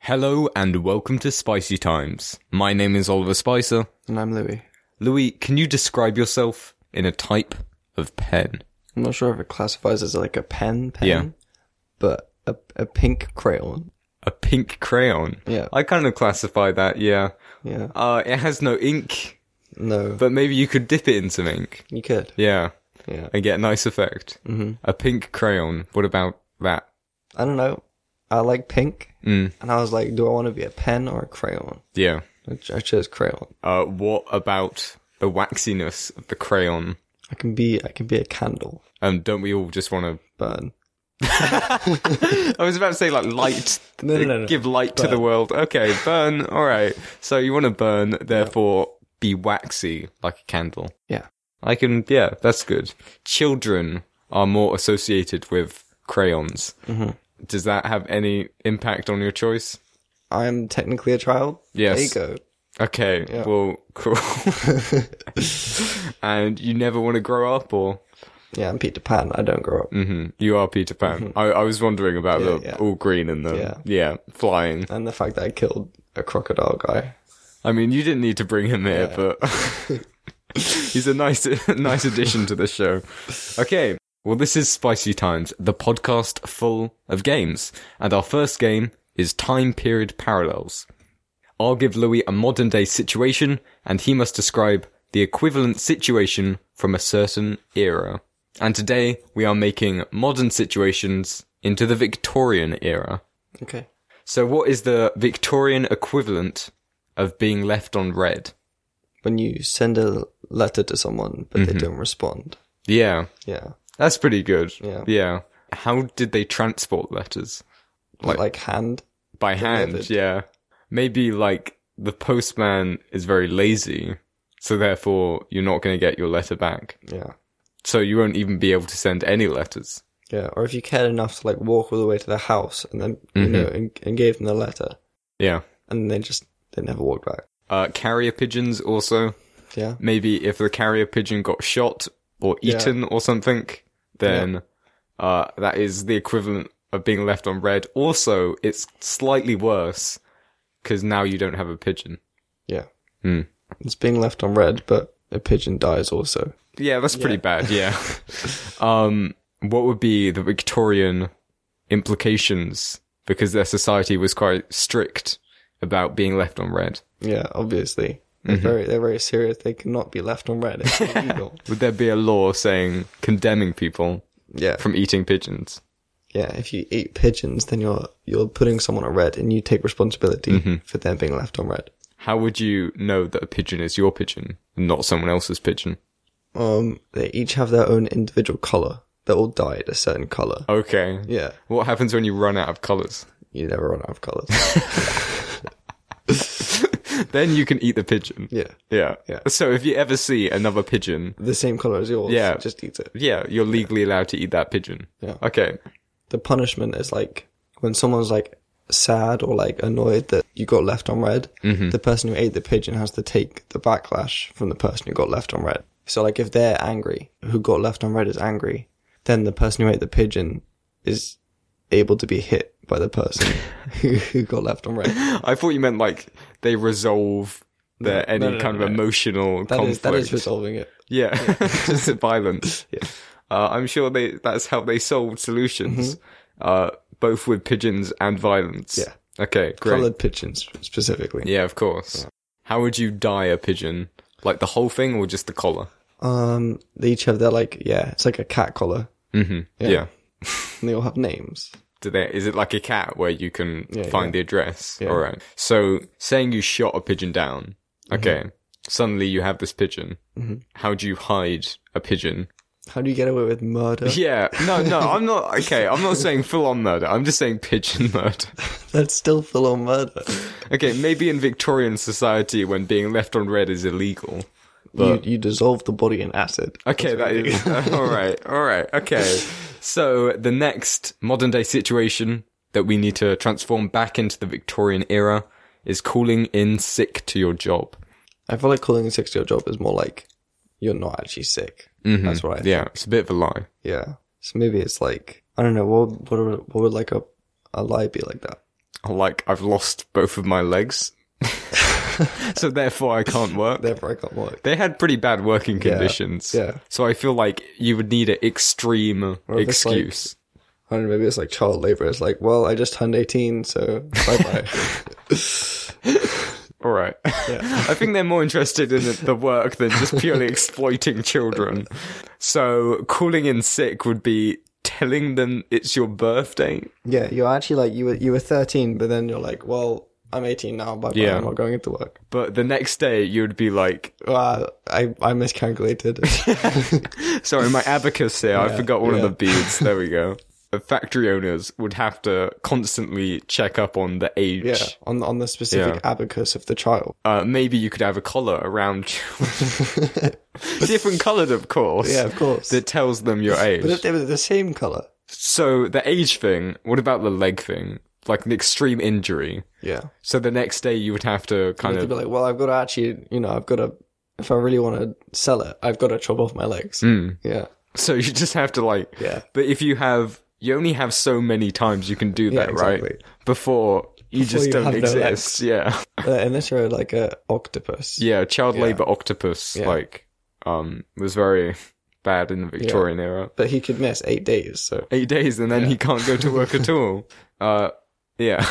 Hello and welcome to Spicy Times. My name is Oliver Spicer. And I'm Louis. Louis, can you describe yourself in a type of pen? I'm not sure if it classifies as like a pen pen, Yeah. but a, a pink crayon. A pink crayon. Yeah. I kind of classify that, yeah. Yeah. Uh, it has no ink, No, but maybe you could dip it in some ink. you could. Yeah. Yeah. And get a nice effect. Mm-hmm. A pink crayon. What about that? I don't know. I like pink, Mm. and I was like, do I want to be a pen or a crayon? Yeah. I ch- I chose crayon. Uh, what about the waxiness of the crayon? I can be I can be a candle, Um, don't we all just want to but I was about to say like light. No, no, no, no. Give light to the world. Okay, burn. All right. So you want to burn, therefore be waxy like a candle. yeah, I can. Yeah, that's good. Children are more associated with crayons. Mm-hmm. Does that have any impact on your choice? I'm technically a child. Yes. There you go. Okay. Well, cool. and you never want to grow up, or Yeah, I'm Peter Pan. I don't grow up. hmm you are Peter Pan. I, I was wondering about the Mm-hmm. yeah. all green and the Yeah. yeah flying. And the fact that I killed a crocodile guy. I mean, you didn't need to bring him here, but he's a nice, nice addition to the show. Okay. Well, this is Spicy Times, the podcast full of games. And our first game is Time Period Parallels. I'll give Louis a modern day situation, and he must describe the equivalent situation from a certain era. And today we are making modern situations into the Victorian era. Okay. So, what is the Victorian equivalent of being left on red? When you send a letter to someone but Mm-hmm. they don't respond. Yeah, Yeah. that's pretty good. Yeah. How did they transport letters? Like, hand. By hand, method. yeah. Maybe like the postman is very lazy, so therefore you're not going to get your letter back. Yeah. So you won't even be able to send any letters. Yeah, or if you cared enough to like walk all the way to their house and then you know and, and gave them the letter, Yeah. and they just they never walked back. Uh, carrier pigeons also. Yeah, Maybe if the carrier pigeon got shot or Yeah. eaten or something, then uh, that is the equivalent of being left on red. Also, it's slightly worse because now you don't have a pigeon. yeah. Hmm. It's being left on red, but a pigeon dies also. Yeah, that's pretty bad. Yeah. um, what would be the Victorian implications? Because their society was quite strict about being left on red. Yeah, obviously they're very they're very serious. They cannot be left on red. It's illegal. Would there be a law saying condemning people yeah, from eating pigeons? yeah. If you eat pigeons, then you're you're putting someone on red, and you take responsibility for them being left on red. How would you know that a pigeon is your pigeon and not someone else's pigeon? Um, they each have their own individual color. They all dyed a certain color. Okay. Yeah, What happens when you run out of colours? you never run out of colors. then you can eat the pigeon. yeah. Yeah. Yeah. So if you ever see another pigeon, the same color as yours. Yeah. just eat it. yeah, you're legally allowed to eat that pigeon. Yeah. Okay. The punishment is like when someone's like sad or like annoyed that you got left on red. Mm-hmm. The person who ate the pigeon has to take the backlash from the person who got left on red. So like if they're angry, who got left on red is angry, then the person who ate the pigeon is able to be hit by the person who, who got left on red. I thought you meant like they resolve their any no, no, kind no, of no. emotional That conflict. is that is resolving it. yeah. Just the violence. Uh, I'm sure they that's how they solved solutions. Uh, both with pigeons and violence. Mm-hmm. Yeah. Okay, great. Colored pigeons specifically. Yeah, of course. How would you dye a pigeon? Like the whole thing or just the collar? Um, they each have their like yeah, it's like a cat collar, Mm-hmm. Yeah. and they all have names. Do they, is it like a cat where you can Yeah, find yeah. the address? Yeah. All right. So, saying you shot a pigeon down. Okay. Suddenly you have this pigeon. How do you hide a pigeon? How do you get away with murder? Yeah. No, no, I'm not. Okay. I'm not saying full on murder. I'm just saying pigeon murder. That's still full on murder. Okay. Maybe in Victorian society when being left on red is illegal. you, you dissolve the body in acid. Okay, that is all right. All right. Okay. So the next modern day situation that we need to transform back into the Victorian era is calling in sick to your job. I feel like calling a 60 year job is more like you're not actually sick. That's what I Mm-hmm. Yeah, it's a bit of a lie. Yeah. So maybe it's like, I don't know, what, would- what, would- what would like a, a lie be like that? like I've lost both of my legs, so therefore I can't work. Therefore, I can't work. They had pretty bad working conditions. yeah. So I feel like you would need an extreme if it's like- excuse. I don't know, maybe it's like child labor. It's like, well, I just turned 18, so bye bye. All right. I think they're more interested in the- the work than just purely exploiting children. So calling in sick would be telling them it's your birthday. yeah, you're actually like, you were, you were 13, but then you're like, well, I'm 18 now, bye bye. Yeah. I'm not going into work. But the next day you'd be like, Uh, I, I miscalculated. sorry, my abacus here. I forgot one yeah. of the beads. There we go. The factory owners would have to constantly check up on the age. yeah, on, the- on the specific abacus of the child. Uh, maybe you could have a collar around children. different coloured, of course. Yeah, of course. That tells them your age. but if they were the same color. So the age thing, what about the leg thing? Like an extreme injury. Yeah. So the next day you would have to kind They'd of be like, well, I've got to actually, you know, I've got to, if I really want to sell it, I've got to chop off my legs. Mm. Yeah. so you just have to like Yeah. but if you have you only have so many times you can do that, right? exactly. Before you just you don't have no exist. yeah. Uh, unless you're like a octopus. Yeah, child labour octopus like um was very bad in the Victorian era. But he could miss eight days, so. Eight days and then he can't go to work at all. Uh yeah.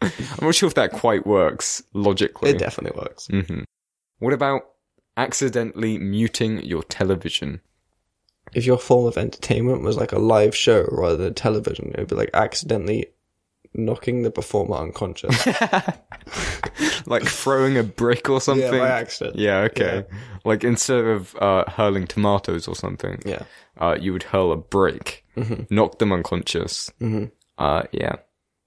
I'm not sure if that quite works logically. It definitely works. hmm What about accidentally muting your television? If your form of entertainment was like a live show rather than television, it would be like accidentally knocking the performer unconscious. Like throwing a brick or yeah, something? by accident. Yeah, okay. Like instead of uh, hurling tomatoes or something, Yeah. Mm-hmm, uh, you would hurl a brick, knock them unconscious. Mhm. Uh, yeah,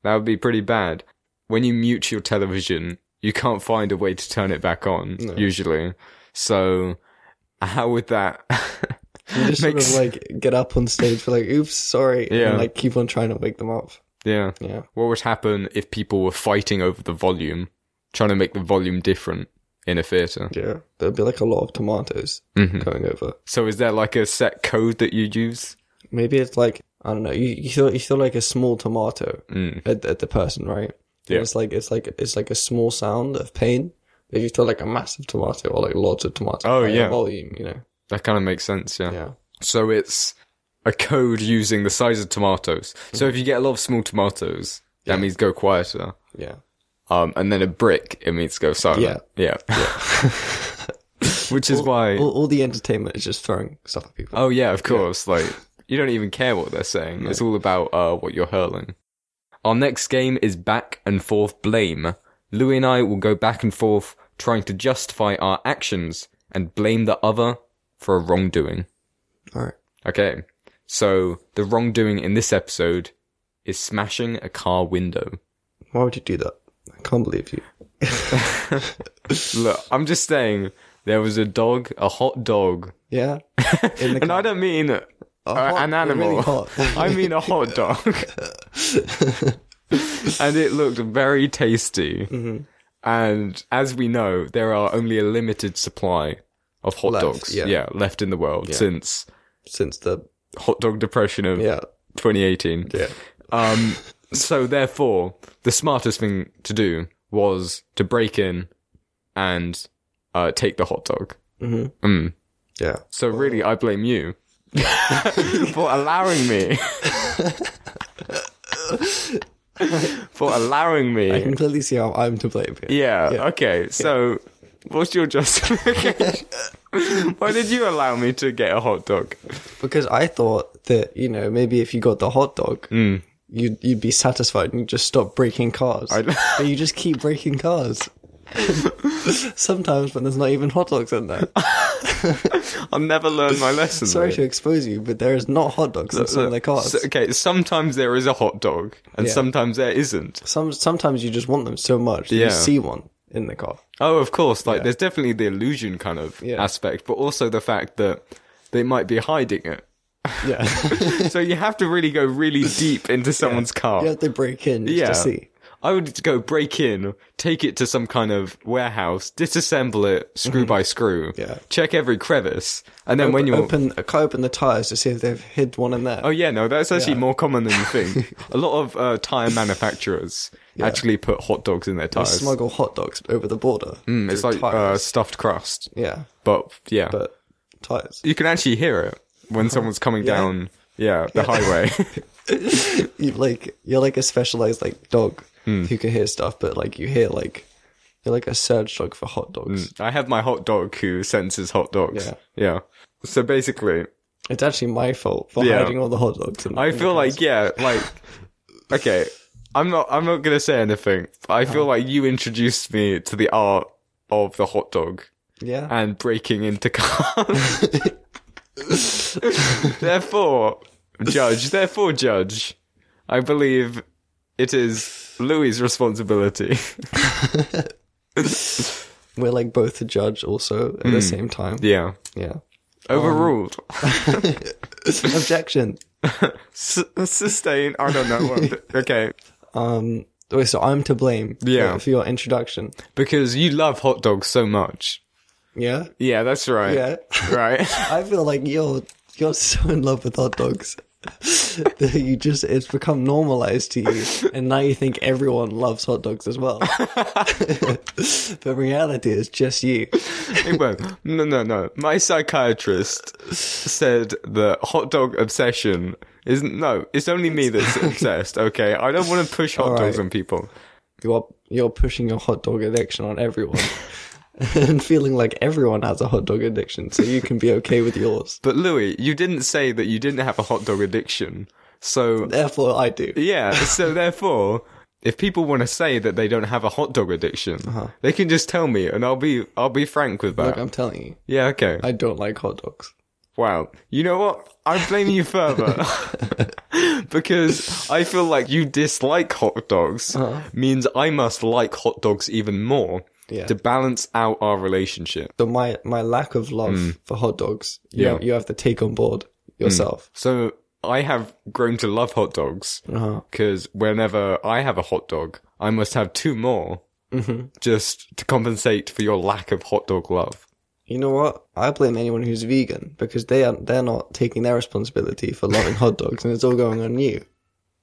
that would be pretty bad. When you mute your television, you can't find a way to turn it back on, usually. So, how would that. You just Makes- sort of like get up on stage for like, oops, sorry. Yeah. And like keep on trying to wake them up. yeah. Yeah. What would happen if people were fighting over the volume, trying to make the volume different in a theatre? Yeah. There'd be like a lot of tomatoes Mm-hmm. going over. So is there like a set code that you use? Maybe it's like I don't know. You you throw you throw like a small tomato Mm. at, at the person, right? Yeah. And it's like it's like it's like a small sound of pain. If you throw like a massive tomato or like lots of tomatoes, Oh, higher yeah. volume, you know, That kind of makes sense, yeah. yeah, So it's a code using the size of tomatoes. So if you get a lot of small tomatoes, that means go quieter. yeah, Um, and then a brick, it means go silent. Yeah. Which is why. all, all the entertainment is just throwing stuff at people. Oh yeah, of course. Like you don't even care what they're saying. It's all about uh, what you're hurling. Our next game is back and forth blame. Louis and I will go back and forth trying to justify our actions and blame the other for a wrongdoing. Oh. All right, Okay. So the wrongdoing in this episode is smashing a car window. why would you do that? I can't believe you. Look, I'm just saying there was a dog, a hot dog. Yeah, in the And I don't mean uh, hot- an animal. really hot. I mean a hot dog. and it looked very tasty. Mm-hmm. And as we know, there are only a limited supply of hot Left, dogs yeah. left in the world since since the hot dog depression of yeah 2018. yeah Um, so therefore, the smartest thing to do was to break in and uh, take the hot dog. yeah So really, Oh. I blame you for allowing me. for allowing I me. can clearly see how I'm to blame here. Yeah, okay. So, what's your justification? Why did you allow me to get a hot dog? Because I thought that you know maybe if you got the hot dog, Hmm. you'd you'd be satisfied and just stop breaking cars. but you just keep breaking cars. Sometimes when there's not even hot dogs in there. I'll never learn my lesson. Sorry mate. to expose you, but there is not hot dogs in some of the cars. So- okay, sometimes there is a hot dog, and Yeah. sometimes there isn't. some sometimes you just want them so much that Yeah. you see one in the car. Oh, of course. Like, there's definitely the illusion kind of Yeah. aspect, but also the fact that they might be hiding it. Yeah, so you have to really go really deep into someone's car. you have to break in just Yeah. to see. I would go break in, take it to some kind of warehouse, disassemble it screw by screw, Mm-hmm. Yeah. check every crevice, and then when When you you are open, I open the tires to see if they've hid one in there. Oh yeah, no, that's actually more common than you think. a lot of uh, tire manufacturers actually put hot dogs in their They tires. smuggle hot dogs over the border. Mm, it's through like uh, tires. stuffed crust, yeah, but yeah, but tires. you can actually hear it when someone's coming Yeah. down. Yeah, the highway. You like you're like a specialized like dog Hmm. who can hear stuff, but like you hear like you're like a search dog for hot dogs. I have my hot dog who senses hot dogs. Yeah. yeah. So basically, It's actually my fault for Hmm. Yeah. hiding all the hot dogs. In I in the feel like yeah, like okay, I'm not I'm not gonna say anything. but I feel like you introduced me to the art of the hot dog yeah. and breaking into cars. therefore, judge, therefore judge, I believe it is Louis' responsibility. We're like both a judge also at the same time. Hmm. yeah, Um, Yeah. overruled. Objection. S- sustain. I don't know. What, okay, Um. Wait, so I'm to blame. for- Yeah. For, your introduction. because you love hot dogs so much. Yeah. Yeah, that's right. Yeah. Right. I feel like you're you're so in love with hot dogs that you just it's become normalized to you, and now you think everyone loves hot dogs as well. but reality is just you. It won't. No, no, no. My psychiatrist said that hot dog obsession is no. It's only me that's obsessed. Okay, I don't want to push hot right. dogs on people. You're you're pushing your hot dog addiction on everyone. and feeling like everyone has a hot dog addiction, so you can be okay with yours. But Louis, you didn't say that you didn't have a hot dog addiction. So Therefore, I do. yeah. So therefore, if people want to say that they don't have a hot dog addiction, Uh-huh. they can just tell me, and I'll be I'll be frank with that. Like I'm telling you, yeah. Okay. I don't like hot dogs. Wow. You know what? I blame you further. because I feel like you dislike hot dogs means I must like hot dogs even more Yeah. to balance out our relationship. So my my lack of love for hot dogs, you Hmm. Yeah. Hmm. have- you have to take on board yourself. So I have grown to love hot dogs Uh-huh. because whenever I have a hot dog, I must have two more Mm-hmm. just to compensate for your lack of hot dog love. You know what? I blame anyone who's vegan because they are they're not taking their responsibility for loving hot dogs and it's all going on you.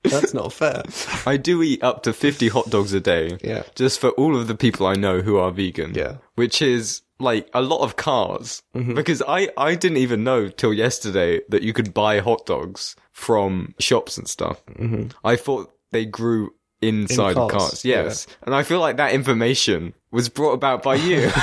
That's not fair. I do eat up to 50 hot dogs a day. Yeah. Just for all of the people I know who are vegan. Yeah. Which is like a lot of cars. Mm-hmm. Because I, I didn't even know till yesterday that you could buy hot dogs from shops and stuff. Mm-hmm. I thought they grew inside cars, cars. Yes. And I feel like that information was brought about by you.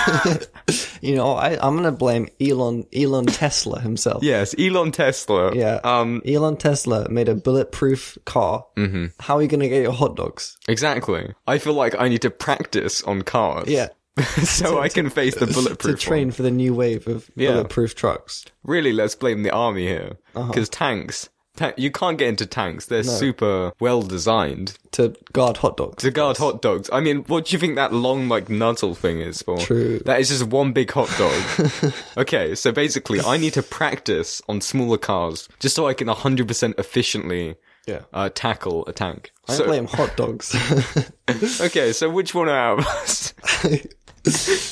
You know, I, I'm gonna blame Elon Elon Tesla himself. yes. Elon Tesla. Yeah. Um, Elon Tesla made a bulletproof car. Mm-hmm. How are you gonna get your hot dogs? exactly. I feel like I need to practice on cars. Yeah. so I can face the To bulletproof. one. train for the new wave of bulletproof trucks. really let's blame the army here Uh-huh. because tanks ta- you can't get into tanks they're super well designed To guard hot dogs. to guard hot dogs i mean what do you think that long like nuzzle thing is for True. that is just one big hot dog okay so basically i need to practice on smaller cars just so i can 100% efficiently Yeah. uh, tackle a tank I so, blame hot dogs. okay so which one out of us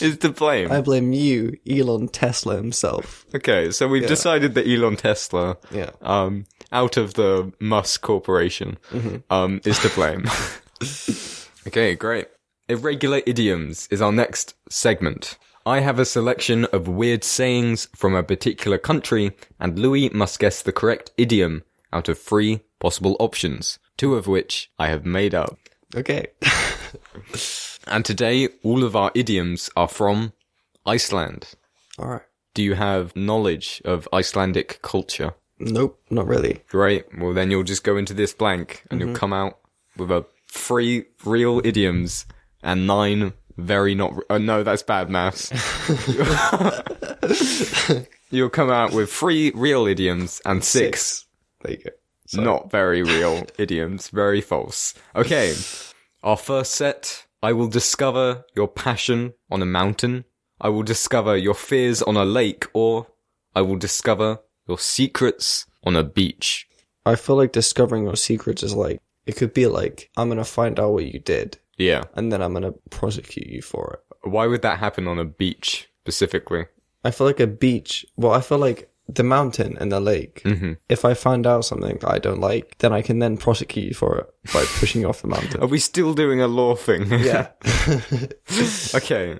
is to blame I blame you, Elon Tesla himself. okay so we've decided that elon tesla Yeah. um, out of the Musk Corporation um, is to blame. okay, great. Irregular idioms is our next segment. I have a selection of weird sayings from a particular country, and Louis must guess the correct idiom out of three possible options, two of which I have made up. Okay. And today, all of our idioms are from Iceland. all right. Do you have knowledge of Icelandic culture? Nope, not really. Great. Well, then you'll just go into this blank and you'll come out with a three real idioms and nine very not. Uh, no, that's bad maths. you'll come out with three real idioms and six, There you go. not very real idioms, very false. Okay. Our first set I will discover your passion on a mountain. I will discover your fears on a lake, or I will discover your secrets on a beach. I feel like discovering your secrets is like It could be like, I'm going to find out what you did Yeah. and then I'm going to prosecute you for it. Why would that happen on a beach specifically? I feel like a beach. Well, I feel like the mountain and the lake. Mm-hmm. If I find out something that I don't like, then I can then prosecute you for it by pushing you off the mountain. Are we still doing a law thing? Yeah. okay.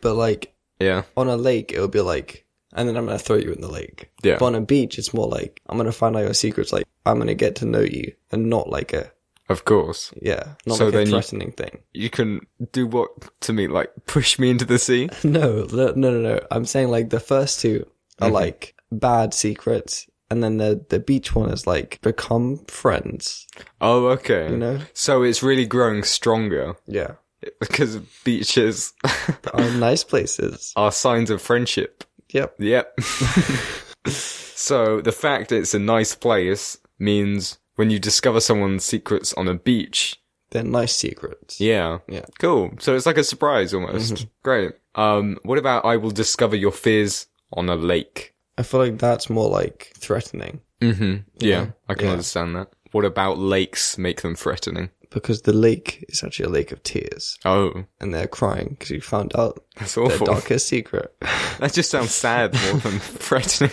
but like Yeah. on a lake, it would be like, and then I'm going to throw you in the lake. Yeah. But on a beach, it's more like, I'm going to find out your secrets. Like, I'm going to get to know you and not like a, Of course. yeah, not So like then a you- threatening thing. You can do what to me? Like push me into the sea? No, the- no, no, no. I'm saying like the first two are like bad secrets. And then the, the beach one is like become friends, Oh, okay. you know? So it's really growing stronger Yeah. because beaches Are um, nice places. are signs of friendship. Yep. Yep. so the fact it's a nice place means when you discover someone's secrets on a beach, They're nice secrets. yeah. Mm-hmm. Yeah. Cool. So it's like a surprise almost. Great. Um, what about I will discover your fears on a lake? I feel like that's more like threatening Mm-hmm. Yeah, I can Yeah. understand that. What about lakes make them threatening? because the lake is actually a lake of tears Oh, and they're crying because you found out that's their awful. darkest secret. That just sounds sad more than threatening.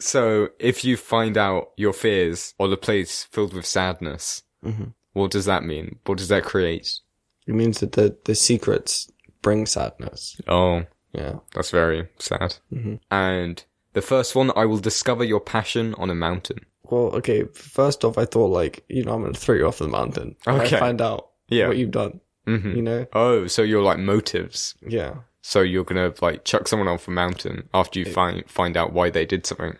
so, if you find out your fears or the place filled with sadness, Mhm. what does that mean? What does that create? It means that the, the secrets bring sadness. Oh, Yeah. that's very sad. Mhm. And the first one, I will discover your passion on a mountain. Well, okay. First off, I thought like, you know, I'm going to throw you off the mountain. When Okay. I find out Yeah. what you've done, hmm you know? Oh, so you're like motives. Yeah. So you're gonna like chuck someone off a mountain after you find find out why they did something.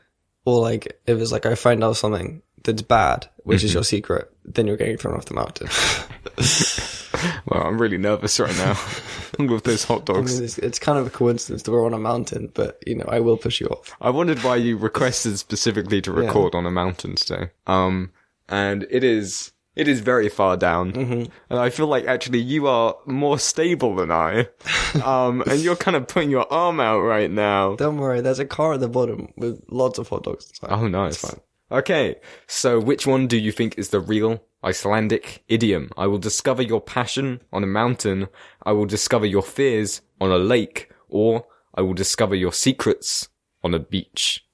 Or like, if it's like, I find out something that's bad, which Mm-hmm. is your secret, then you're getting thrown off the mountain. Well, I'm really nervous right now with those hot I dogs. mean, it's, it's kind of a coincidence that we're on a mountain, but you know, I will push you off. I wondered why you requested specifically to record on a mountain today. Um, and it is it is very far down, and I feel like actually you are more stable than I. Um, and you're kind of putting your arm out right now. Don't worry, there's a car at the bottom with lots of hot dogs inside. Oh, nice. Okay, so which one do you think is the real Icelandic idiom? I will discover your passion on a mountain. I will discover your fears on a lake, or I will discover your secrets on a beach.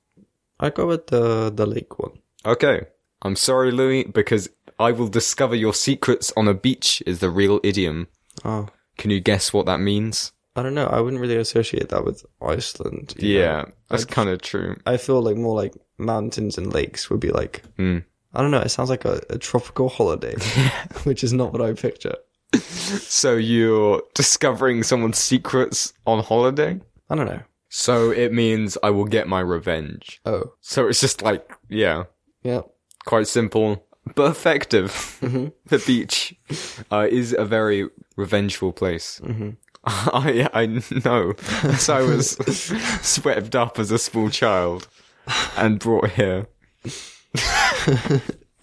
I go with the the lake one. Okay. I'm sorry, Louis, because I will discover your secrets on a beach is the real idiom. Oh, Can you guess what that means? I don't know. I wouldn't really associate that with Iceland. you know? Yeah, that's kind of true. I feel like more like mountains and lakes would be like. Mm. I don't know. It sounds like a, a tropical holiday, which is not what I picture. So you're discovering someone's secrets on holiday? I don't know. So it means I will get my revenge. Oh, So it's just like, yeah, yeah. quite simple, but effective. the beach uh, is a very revengeful place. Mm-hmm. I, I know. So I was swept up as a small child and brought here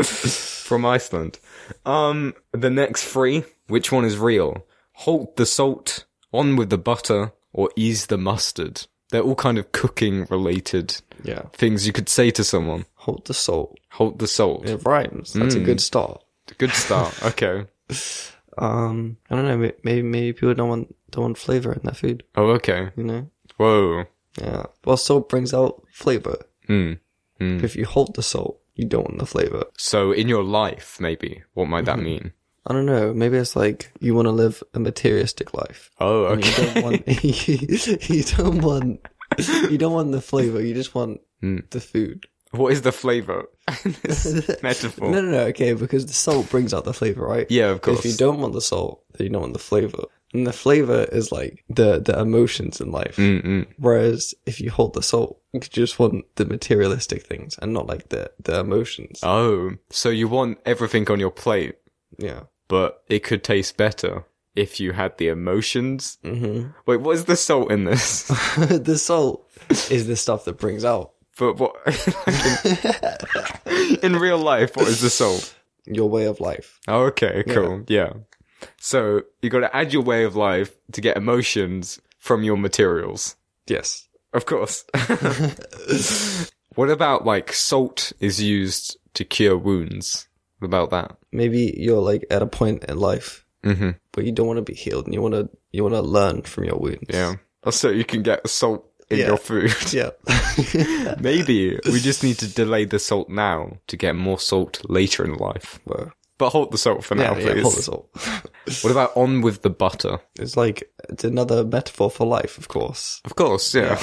from Iceland. Um, the next three, which one is real? Halt the salt, on with the butter, or ease the mustard. They're all kind of cooking related Yeah. things you could say to someone. Hold the salt. Halt the salt. It rhymes. That's a good start. Good start. Okay. Um, I don't know. may- Maybe maybe people don't want don't want flavor in their food. Oh, okay. You know. Whoa. Yeah. Well, salt brings out flavor. Hmm. If you hold the salt, you don't want the flavor. So in your life, maybe, what might Mm-hmm. that mean? I don't know. Maybe it's like you want to live a materialistic life. Oh, You okay. don't want. you don't want. You don't want the flavor. You just want Hmm. the food. What is the flavor? in this metaphor. No, no, no. Okay, because the salt brings out the flavor, right? Yeah, of If you course. don't want the salt, then you don't want the flavor. And the flavor is like the the emotions in life. Mm-mm. Whereas if you hold the salt, you just want the materialistic things and not like the the emotions. Oh, so you want everything on your plate, Yeah. but it could taste better if you had the emotions. hmm Wait, what is the salt in this? the salt is the stuff that brings out but what? in real life, what is the salt? your way of life. Oh, okay, cool. Yeah. So you got to add your way of life to get emotions from your materials. Yes. Of course. what about like salt is used to cure wounds about that. Maybe you're like at a point in life Mm-hmm. where you don't want to be healed and you want to you want to learn from your wounds. Yeah. Also, you can get salt in Yeah. your food. Yeah. Maybe we just need to delay the salt now to get more salt later in life. well, But hold the salt for now, yeah, yeah, please. hold this all. What about on with the butter? It's like it's another metaphor for life, of course. Of course, yeah.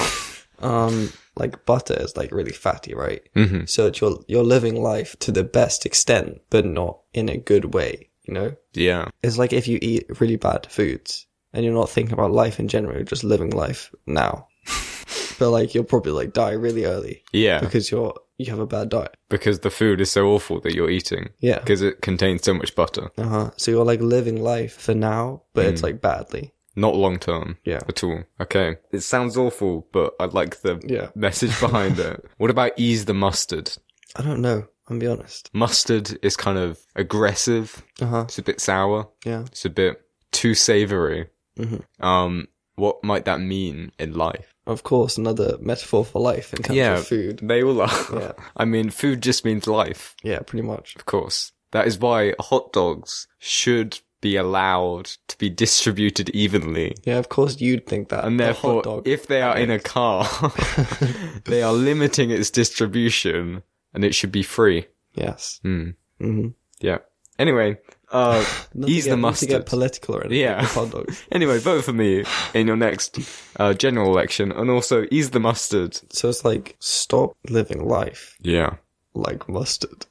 um like butter is like really fatty right mm-hmm. so that you're you're living life to the best extent but not in a good way you know Yeah. it's like if you eat really bad foods and you're not thinking about life in general you're just living life now but like you'll probably like die really early Yeah. because you're you have a bad diet Because the food is so awful that you're eating. yeah Because it contains so much butter. uh-huh so you're like living life for now but Mm. it's like badly Not long term. Yeah. At all. Okay. It sounds awful, but I like the Yeah. message behind it. What about ease the mustard? i don't know i'm be honest Mustard is kind of aggressive. uh-huh It's a bit sour. yeah It's a bit too savory. Mhm. Um, what might that mean in life? of course another metaphor for life in terms of food They all are. Yeah. I mean, food just means life, yeah pretty much of course. That is why hot dogs should be allowed to be distributed evenly. Yeah, of course you'd think that. And A therefore, hot dog. if they are in a car, they are limiting its distribution and it should be free. yes, Mm. hmm Yeah. Anyway, uh, not ease to the get, not to mustard. get political or anything. Yeah. with hot dogs. Anyway, vote for me in your next uh, general election, and also ease the mustard. So it's like stop living life Yeah. like mustard.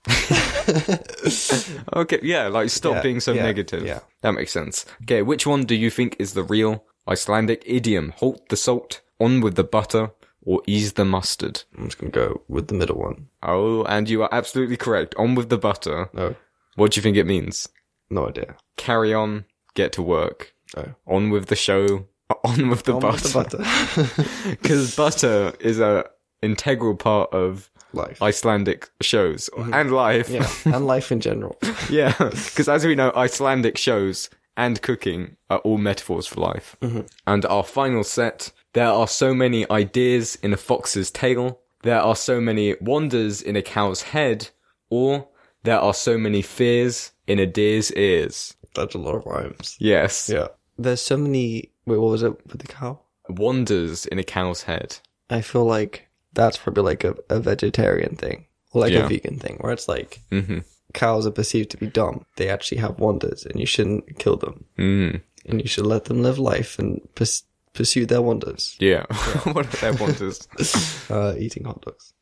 Okay. Yeah. Like, stop Yeah, being so yeah, negative. yeah. That makes sense. Okay. Which one do you think is the real Icelandic idiom? Halt the salt, on with the butter, or ease the mustard? I'm just gonna go with the middle one. Oh, and you are absolutely correct. On with the butter. No, What do you think it means? no idea. Carry on. Get to work. Oh. On with the show. On with the On with butter. the butter. Because butter is a integral part of life. Icelandic shows and life. Mm-hmm. yeah, and life in general. Yeah, because as we know, Icelandic shows and cooking are all metaphors for life. Mm-hmm. And our final set there are so many ideas in a fox's tail, there are so many wonders in a cow's head, or there are so many fears in a deer's ears. That's a lot of rhymes. Yes. Yeah. There's so many. Wait, what was it with the cow? Wonders in a cow's head. I feel like that's probably like a, a vegetarian thing or like Yeah. a vegan thing, where it's like Mm-hmm. cows are perceived to be dumb, they actually have wonders, and you shouldn't kill them. Mm. And you should let them live life and pers- pursue their wonders. Yeah. what are their wonders? Uh, eating hot dogs.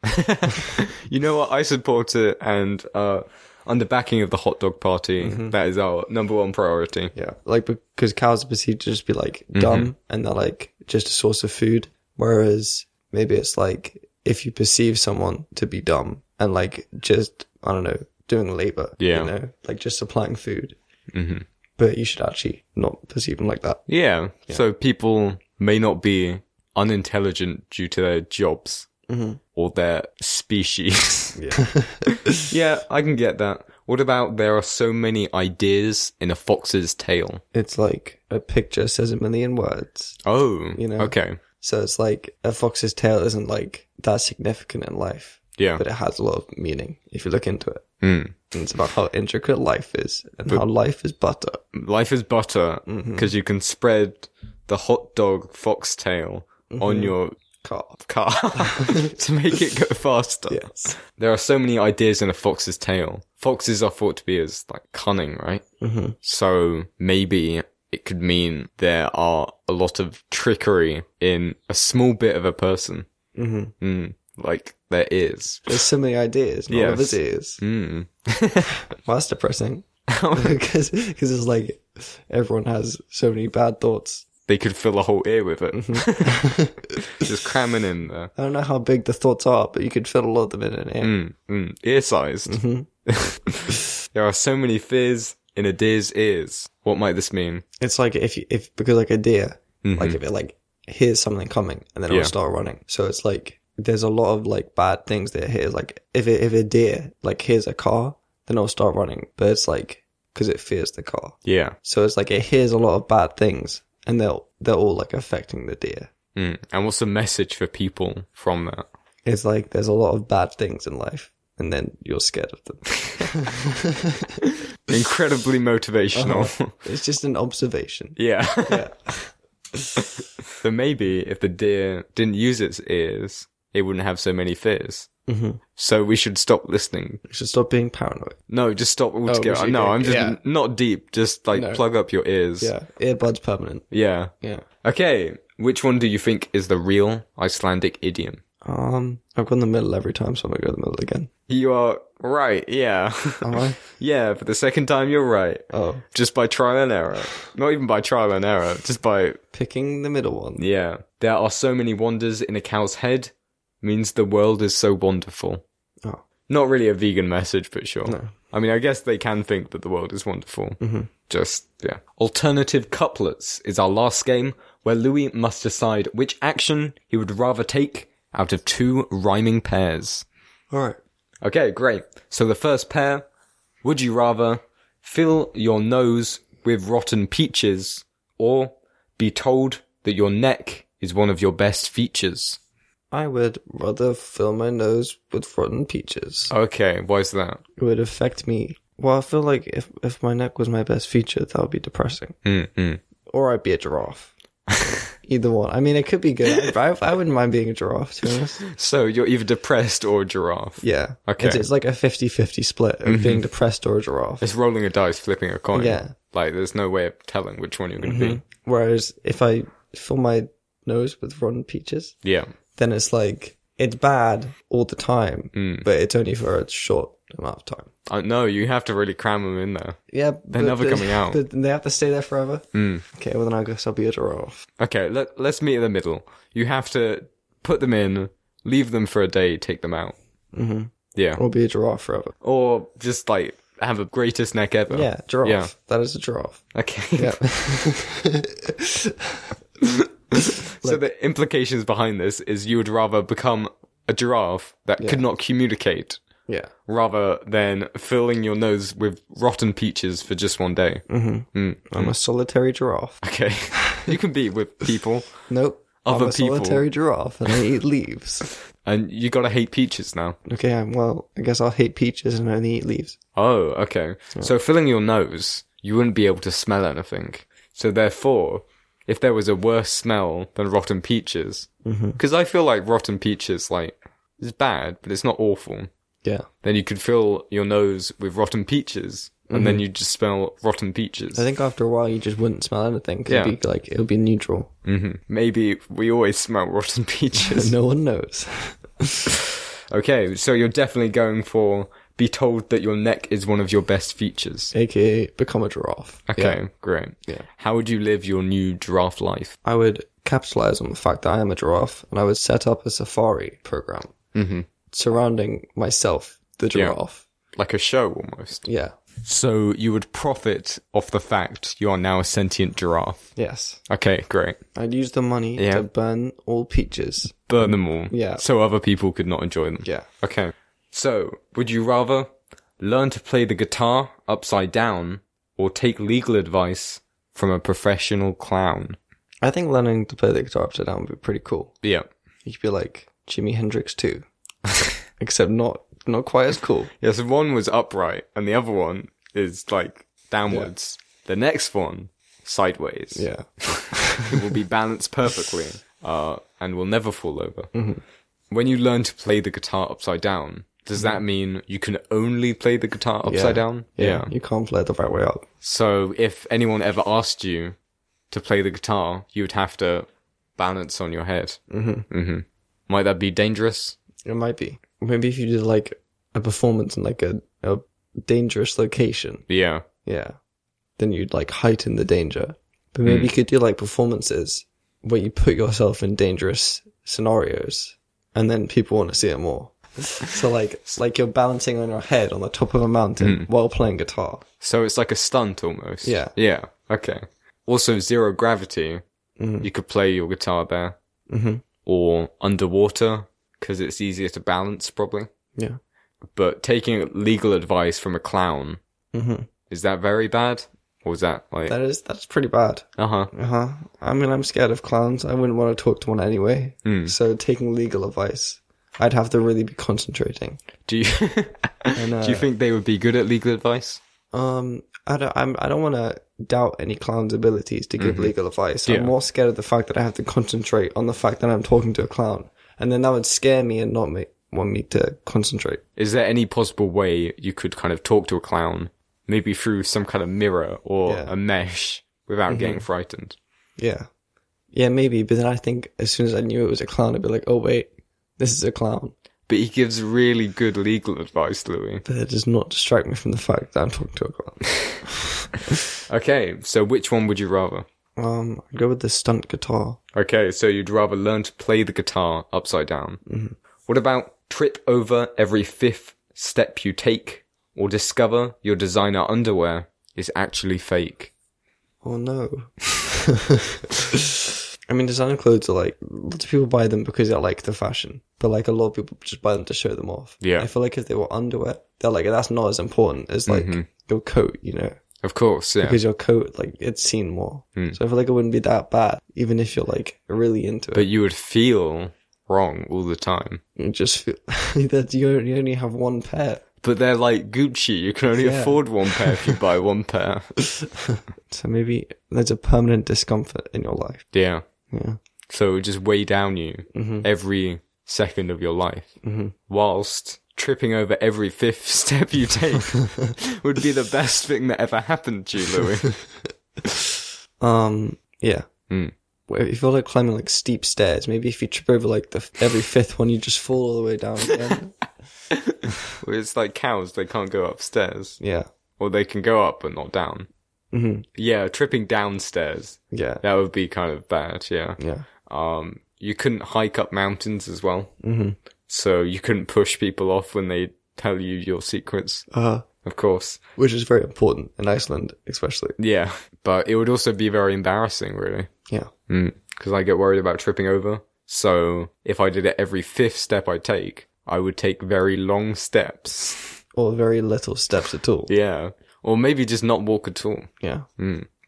You know what? I support it, and uh, under backing of the hot dog party, that is our number one priority. Yeah, like because cows are perceived to just be like dumb, and they're like just a source of food. Whereas maybe it's like if you perceive someone to be dumb and like just I don't know doing labor. Yeah. you know, like just supplying food. Mm-hmm. But you should actually not perceive them like that. Yeah. So people may not be unintelligent due to their jobs or their species. Yeah, yeah, I can get that. What about there are so many ideas in a fox's tail? it's like a picture says a million words. Oh, You know. Okay. So it's like a fox's tail isn't like that significant in life, Yeah. but it has a lot of meaning if you look into it. Hmm. And it's about how intricate life is and how life is butter. Life is butter because you can spread the hot dog fox tail on your Car. car to make it go faster. Yes. There are so many ideas in a fox's tail. Foxes are thought to be as like cunning, right? Mm-hmm. So maybe it could mean there are a lot of trickery in a small bit of a person. Mm-hmm. Mm, like there is. There's so many ideas. None of Yes. it is. Mm. Well, that's depressing. Because it's like everyone has so many bad thoughts. They could fill a whole ear with it. Just cramming in there. I don't know how big the thoughts are, but you could fit a lot of them in an ear. Mm, mm, ear Mm-hmm. sized. there are so many fears in a deer's ears. What might this mean? It's like if you, if because like a deer, like if it like hears something coming and then Yeah. it'll start running. So it's like there's a lot of like bad things that it hears. Like if it, if a deer like hears a car, then it'll start running. But it's like because it fears the car. Yeah. So it's like it hears a lot of bad things, and they'll they're all like affecting the deer. Mm. And what's the message for people from that? It's like there's a lot of bad things in life, and then you're scared of them. Incredibly motivational. it's just an observation. Yeah. Yeah. so maybe if the deer didn't use its ears, it wouldn't have so many fears. Mhm. So we should stop listening. You should stop being paranoid. No, just stop Oh, we altogether. should no, go- I'm just yeah. not deep. Just like No. plug up your ears. Yeah. Earbuds permanent. Yeah. Yeah. Okay. Which one do you think is the real Icelandic idiom? Um, I've gone the middle every time, so I'm gonna go the middle again. You are right. Yeah. Am I? yeah. For the second time, you're right. Oh, Just by trial and error. Not even by trial and error. Just by picking the middle one. yeah. There are so many wonders in a cow's head. Means the world is so wonderful. Oh, Not really a vegan message, but sure. No. I mean, I guess they can think that the world is wonderful. Mm-hmm. Just, yeah. Alternative couplets is our last game where Louis must decide which action he would rather take out of two rhyming pairs. all right. Okay, great. So the first pair, would you rather fill your nose with rotten peaches or be told that your neck is one of your best features? I would rather fill my nose with rotten peaches. Okay, why is that? It would affect me. Well, I feel like if if my neck was my best feature, that would be depressing. Mm-mm. Or I'd be a giraffe. Either one. I mean, it could be good. I, I wouldn't mind being a giraffe, to be honest. So you're either depressed or a giraffe. Yeah. Mm-hmm. Okay. It's, it's like a 50-50 split of being depressed or a giraffe. It's rolling a dice, flipping a coin. Yeah. Like there's no way of telling which one you're going to Whereas if I fill my nose with rotten peaches, be. Yeah. then it's like it's bad all the time, Mm. but it's only for a short amount of time. Uh, no, you have to really cram them in there. Yeah, They're never coming out. Mm. But they have to stay there forever. Okay, well then I guess I'll be a giraffe. Okay, let, let's meet in the middle. You have to put them in, leave them for a day, take them out. Mm-hmm. Yeah. I'll be a giraffe forever. Or just like have the greatest neck ever. Yeah, giraffe. Oh. Yeah. That is a giraffe. Okay. Yeah. so the implications behind this is you would rather become a giraffe that could not communicate yeah. rather than filling your nose with rotten peaches for just one day. Mm. Mm. I'm a solitary giraffe. Okay. you can be with people Nope. Other I'm a people. solitary giraffe and I eat leaves. and you gotta hate peaches now. Okay, um, well, I guess I'll hate peaches and only eat leaves. Oh, okay. So filling your nose, you wouldn't be able to smell anything. So therefore, if there was a worse smell than rotten peaches, Mm-hmm. because I feel like rotten peaches, like, is bad, but it's not awful. Yeah. Then you could fill your nose with rotten peaches, and then you just smell rotten peaches. Mm-hmm. I think after a while you just wouldn't smell anything 'cause Yeah. it'd be like, it would be neutral. hmm Maybe we always smell rotten peaches. no one knows. Okay, so you're definitely going for be told that your neck is one of your best features. AKA become a giraffe. Okay, great. Yeah. How would you live your new giraffe life? I would capitalize on the fact that I am a giraffe and I would set up a safari program Mm-hmm. surrounding myself, the giraffe. Like a show almost. Yeah. So you would profit off the fact you are now a sentient giraffe. Yes. Okay, great. I'd use the money Yeah. to burn all peaches. Burn them all. Yeah. So other people could not enjoy them. Yeah. Okay. So, would you rather learn to play the guitar upside down or take legal advice from a professional clown? I think learning to play the guitar upside down would be pretty cool. Yeah. You could be like Jimi Hendrix too, except not not quite as cool. Yeah, so one was upright and the other one is like downwards. The next one, sideways. Yeah. it will be balanced perfectly uh, and will never fall over. When you learn to play the guitar upside down, does that mean you can only play the guitar upside down? You can't play it the right way up. So if anyone ever asked you to play the guitar, you would have to balance on your head. Mm-hmm. hmm Might that be dangerous? It might be. Maybe if you did like a performance in like a, a dangerous location. Yeah. Yeah. Then you'd like heighten the danger. But maybe you could do like performances where you put yourself in dangerous scenarios and then people want to see it more. so like like you're balancing on your head on the top of a mountain while playing guitar. So it's like a stunt almost. Yeah. Yeah. Okay. Also, zero gravity. You could play your guitar there. Mhm. Or underwater, because it's easier to balance, probably. Yeah. But taking legal advice from a clown, Mhm. is that very bad? Or is that like. That is that's pretty bad. uh huh. Uh-huh. I mean I'm scared of clowns. I wouldn't want to talk to one anyway. So taking legal advice I'd have to really be concentrating. Do you And, uh, do you think they would be good at legal advice? Um, I don't. I'm, I don't want to doubt any clown's abilities to give legal advice. Yeah. I'm more scared of the fact that I have to concentrate on the fact that I'm talking to a clown, and then that would scare me and not make want me to concentrate. Is there any possible way you could kind of talk to a clown, maybe through some kind of mirror or Yeah. Mm-hmm. a mesh, without getting frightened? Yeah, yeah, maybe. But then I think as soon as I knew it was a clown, I'd be like, oh wait, this is a clown. But he gives really good legal advice, Louis. But that does not distract me from the fact that I'm talking to a clown. Okay, so which one would you rather? Um, I'd go with the stunt guitar. Okay, so you'd rather learn to play the guitar upside down. Mm-hmm. What about trip over every fifth step you take, or discover your designer underwear is actually fake? Oh no. I mean, designer clothes are like lots of people buy them because they like the fashion, but like a lot of people just buy them to show them off. Yeah. I feel like if they were underwear, they're like that's not as important as like your coat, you know, Of course, yeah. because your coat like it's seen more. So I feel like it wouldn't be that bad, even if you're like really into it. but you would feel wrong all the time. You just feel that you only- you only have one pair. But they're like Gucci, you can only Yeah. afford one pair if you buy one pair. So maybe there's a permanent discomfort in your life. Yeah. Yeah. So it would just weigh down you every second of your life, whilst tripping over every fifth step you take would be the best thing that ever happened to you, Louis. Um, yeah. Mm. Well, If you're like climbing like steep stairs, maybe if you trip over like the every fifth one, you just fall all the way down again. Well, it's like cows, they can't go upstairs, yeah, or they can go up but not down. Mhm. Yeah, tripping downstairs, yeah, that would be kind of bad, yeah. yeah. Um, you couldn't hike up mountains as well. Mm-hmm. So you couldn't push people off when they tell you your secrets, Uh, of course. which is very important in Iceland, especially. Yeah, but it would also be very embarrassing, really. Yeah, Because I get worried about tripping over. So if I did it every fifth step I take, I would take very long steps. or very little steps at all. Yeah. Or maybe just not walk at all. Mm. Yeah.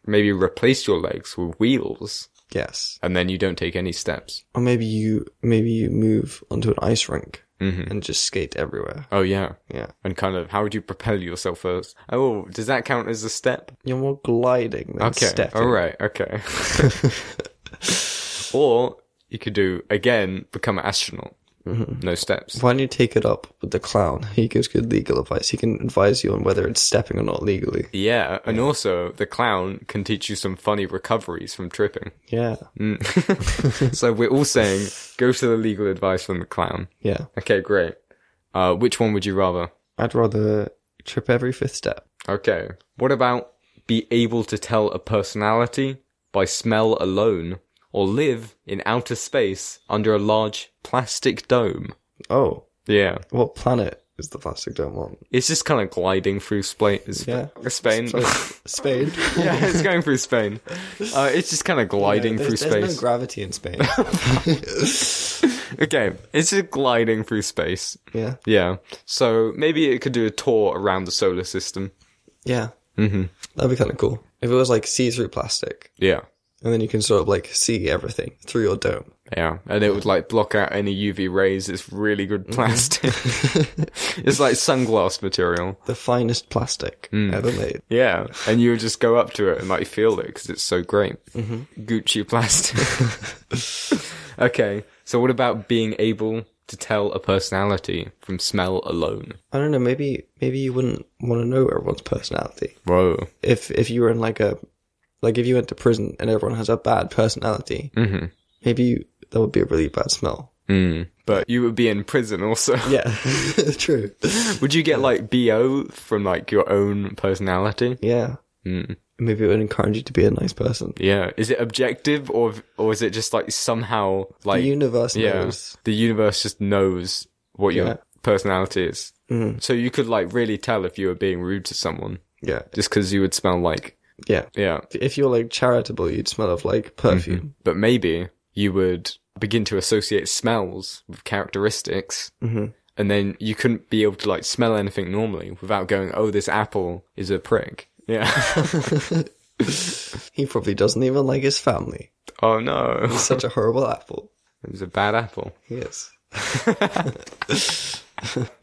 Maybe replace your legs with wheels Yes. and then you don't take any steps. Or maybe you maybe you move onto an ice rink and just skate everywhere. Mm-hmm. Oh, yeah. Yeah, And kind of, how would you propel yourself first? Oh, does that count as a step? you're more gliding than Okay. stepping. All right. Okay. or you could do again, become an astronaut. No steps. Why don't you take it up with the clown? He gives good legal advice. He can advise you on whether it's stepping or not legally. Yeah, and also the clown can teach you some funny recoveries from tripping. Mm. Yeah, so we're all saying go to the legal advice from the clown. yeah. Okay, great. Uh, which one would you rather? I'd rather trip every fifth step. Okay. What about be able to tell a personality by smell alone, or live in outer space under a large plastic dome? Oh, Yeah. what planet is the plastic dome on? It's just kind of gliding through Spain. Yeah. Spain. Spain. yeah, it's going through Spain. Uh, it's just kind of gliding through there's, space. no gravity in Spain. okay, it's just gliding through space. yeah, Yeah. So maybe it could do a tour around the solar system. yeah. Mm-hmm. That'd be kind of cool if it was like see-through plastic, Yeah. and then you can sort of like see everything through your dome. Yeah. And it would like block out any UV rays. It's really good Mm-hmm. plastic. it's like sunglass material. The finest plastic ever made. Yeah. And you would just go up to it and like feel it because it's so great. Mm-hmm. Gucci plastic. okay. So what about being able to tell a personality from smell alone? I don't know. Maybe maybe you wouldn't want to know everyone's personality Whoa. if if you were in like a like if you went to prison and everyone has a bad personality. Mm-hmm. Maybe you, that would be a really bad smell. Mm. But you would be in prison also. Yeah, true. Would you get like BO from like your own personality? Yeah. Mm. Maybe it would encourage you to be a nice person. Yeah. Is it objective or or is it just like somehow The like universe yeah, knows. the universe just knows what your Yeah. personality is. So you could like really tell if you were being rude to someone Yeah. just cuz you would smell like Yeah. yeah. If you're like charitable, you'd smell of like perfume. But maybe you would begin to associate smells with characteristics. And then you couldn't be able to like smell anything normally without going, "Oh, this apple is a prick." Yeah. He probably doesn't even like his family. oh no. He's such a horrible apple. It was a bad apple. He is.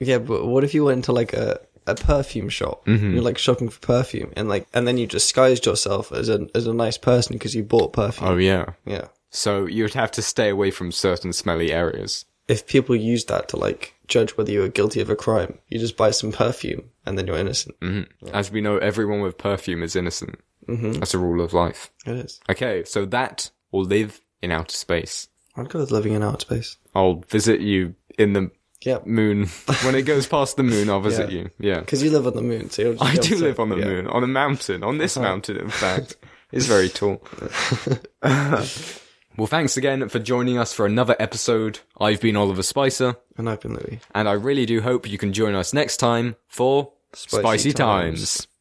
Yeah, but what if you went to like a, a perfume shop? Mm-hmm. and You're like shopping for perfume, and like, and then you disguised yourself as a as a nice person because you bought perfume. Oh yeah. Yeah, So you would have to stay away from certain smelly areas. if people use that to like judge whether you are guilty of a crime, you just buy some perfume and then you're innocent. Mm. As we know, everyone with perfume is innocent. Mm-hmm. That's a rule of life. It is. Okay, so that or live in outer space. I'd go with living in outer space. I'll visit you in the Yeah, moon. when it goes past the moon, I'll visit Yeah. you. Yeah. because you live on the moon, so you'll just I be able do to- live on the yeah. Uh-huh. moon, on a mountain, on this mountain, in fact. It's very tall. well, thanks again for joining us for another episode. I've been Oliver Spicer, And I've been Louis. and I really do hope you can join us next time for Spicy, Spicy Times. Times.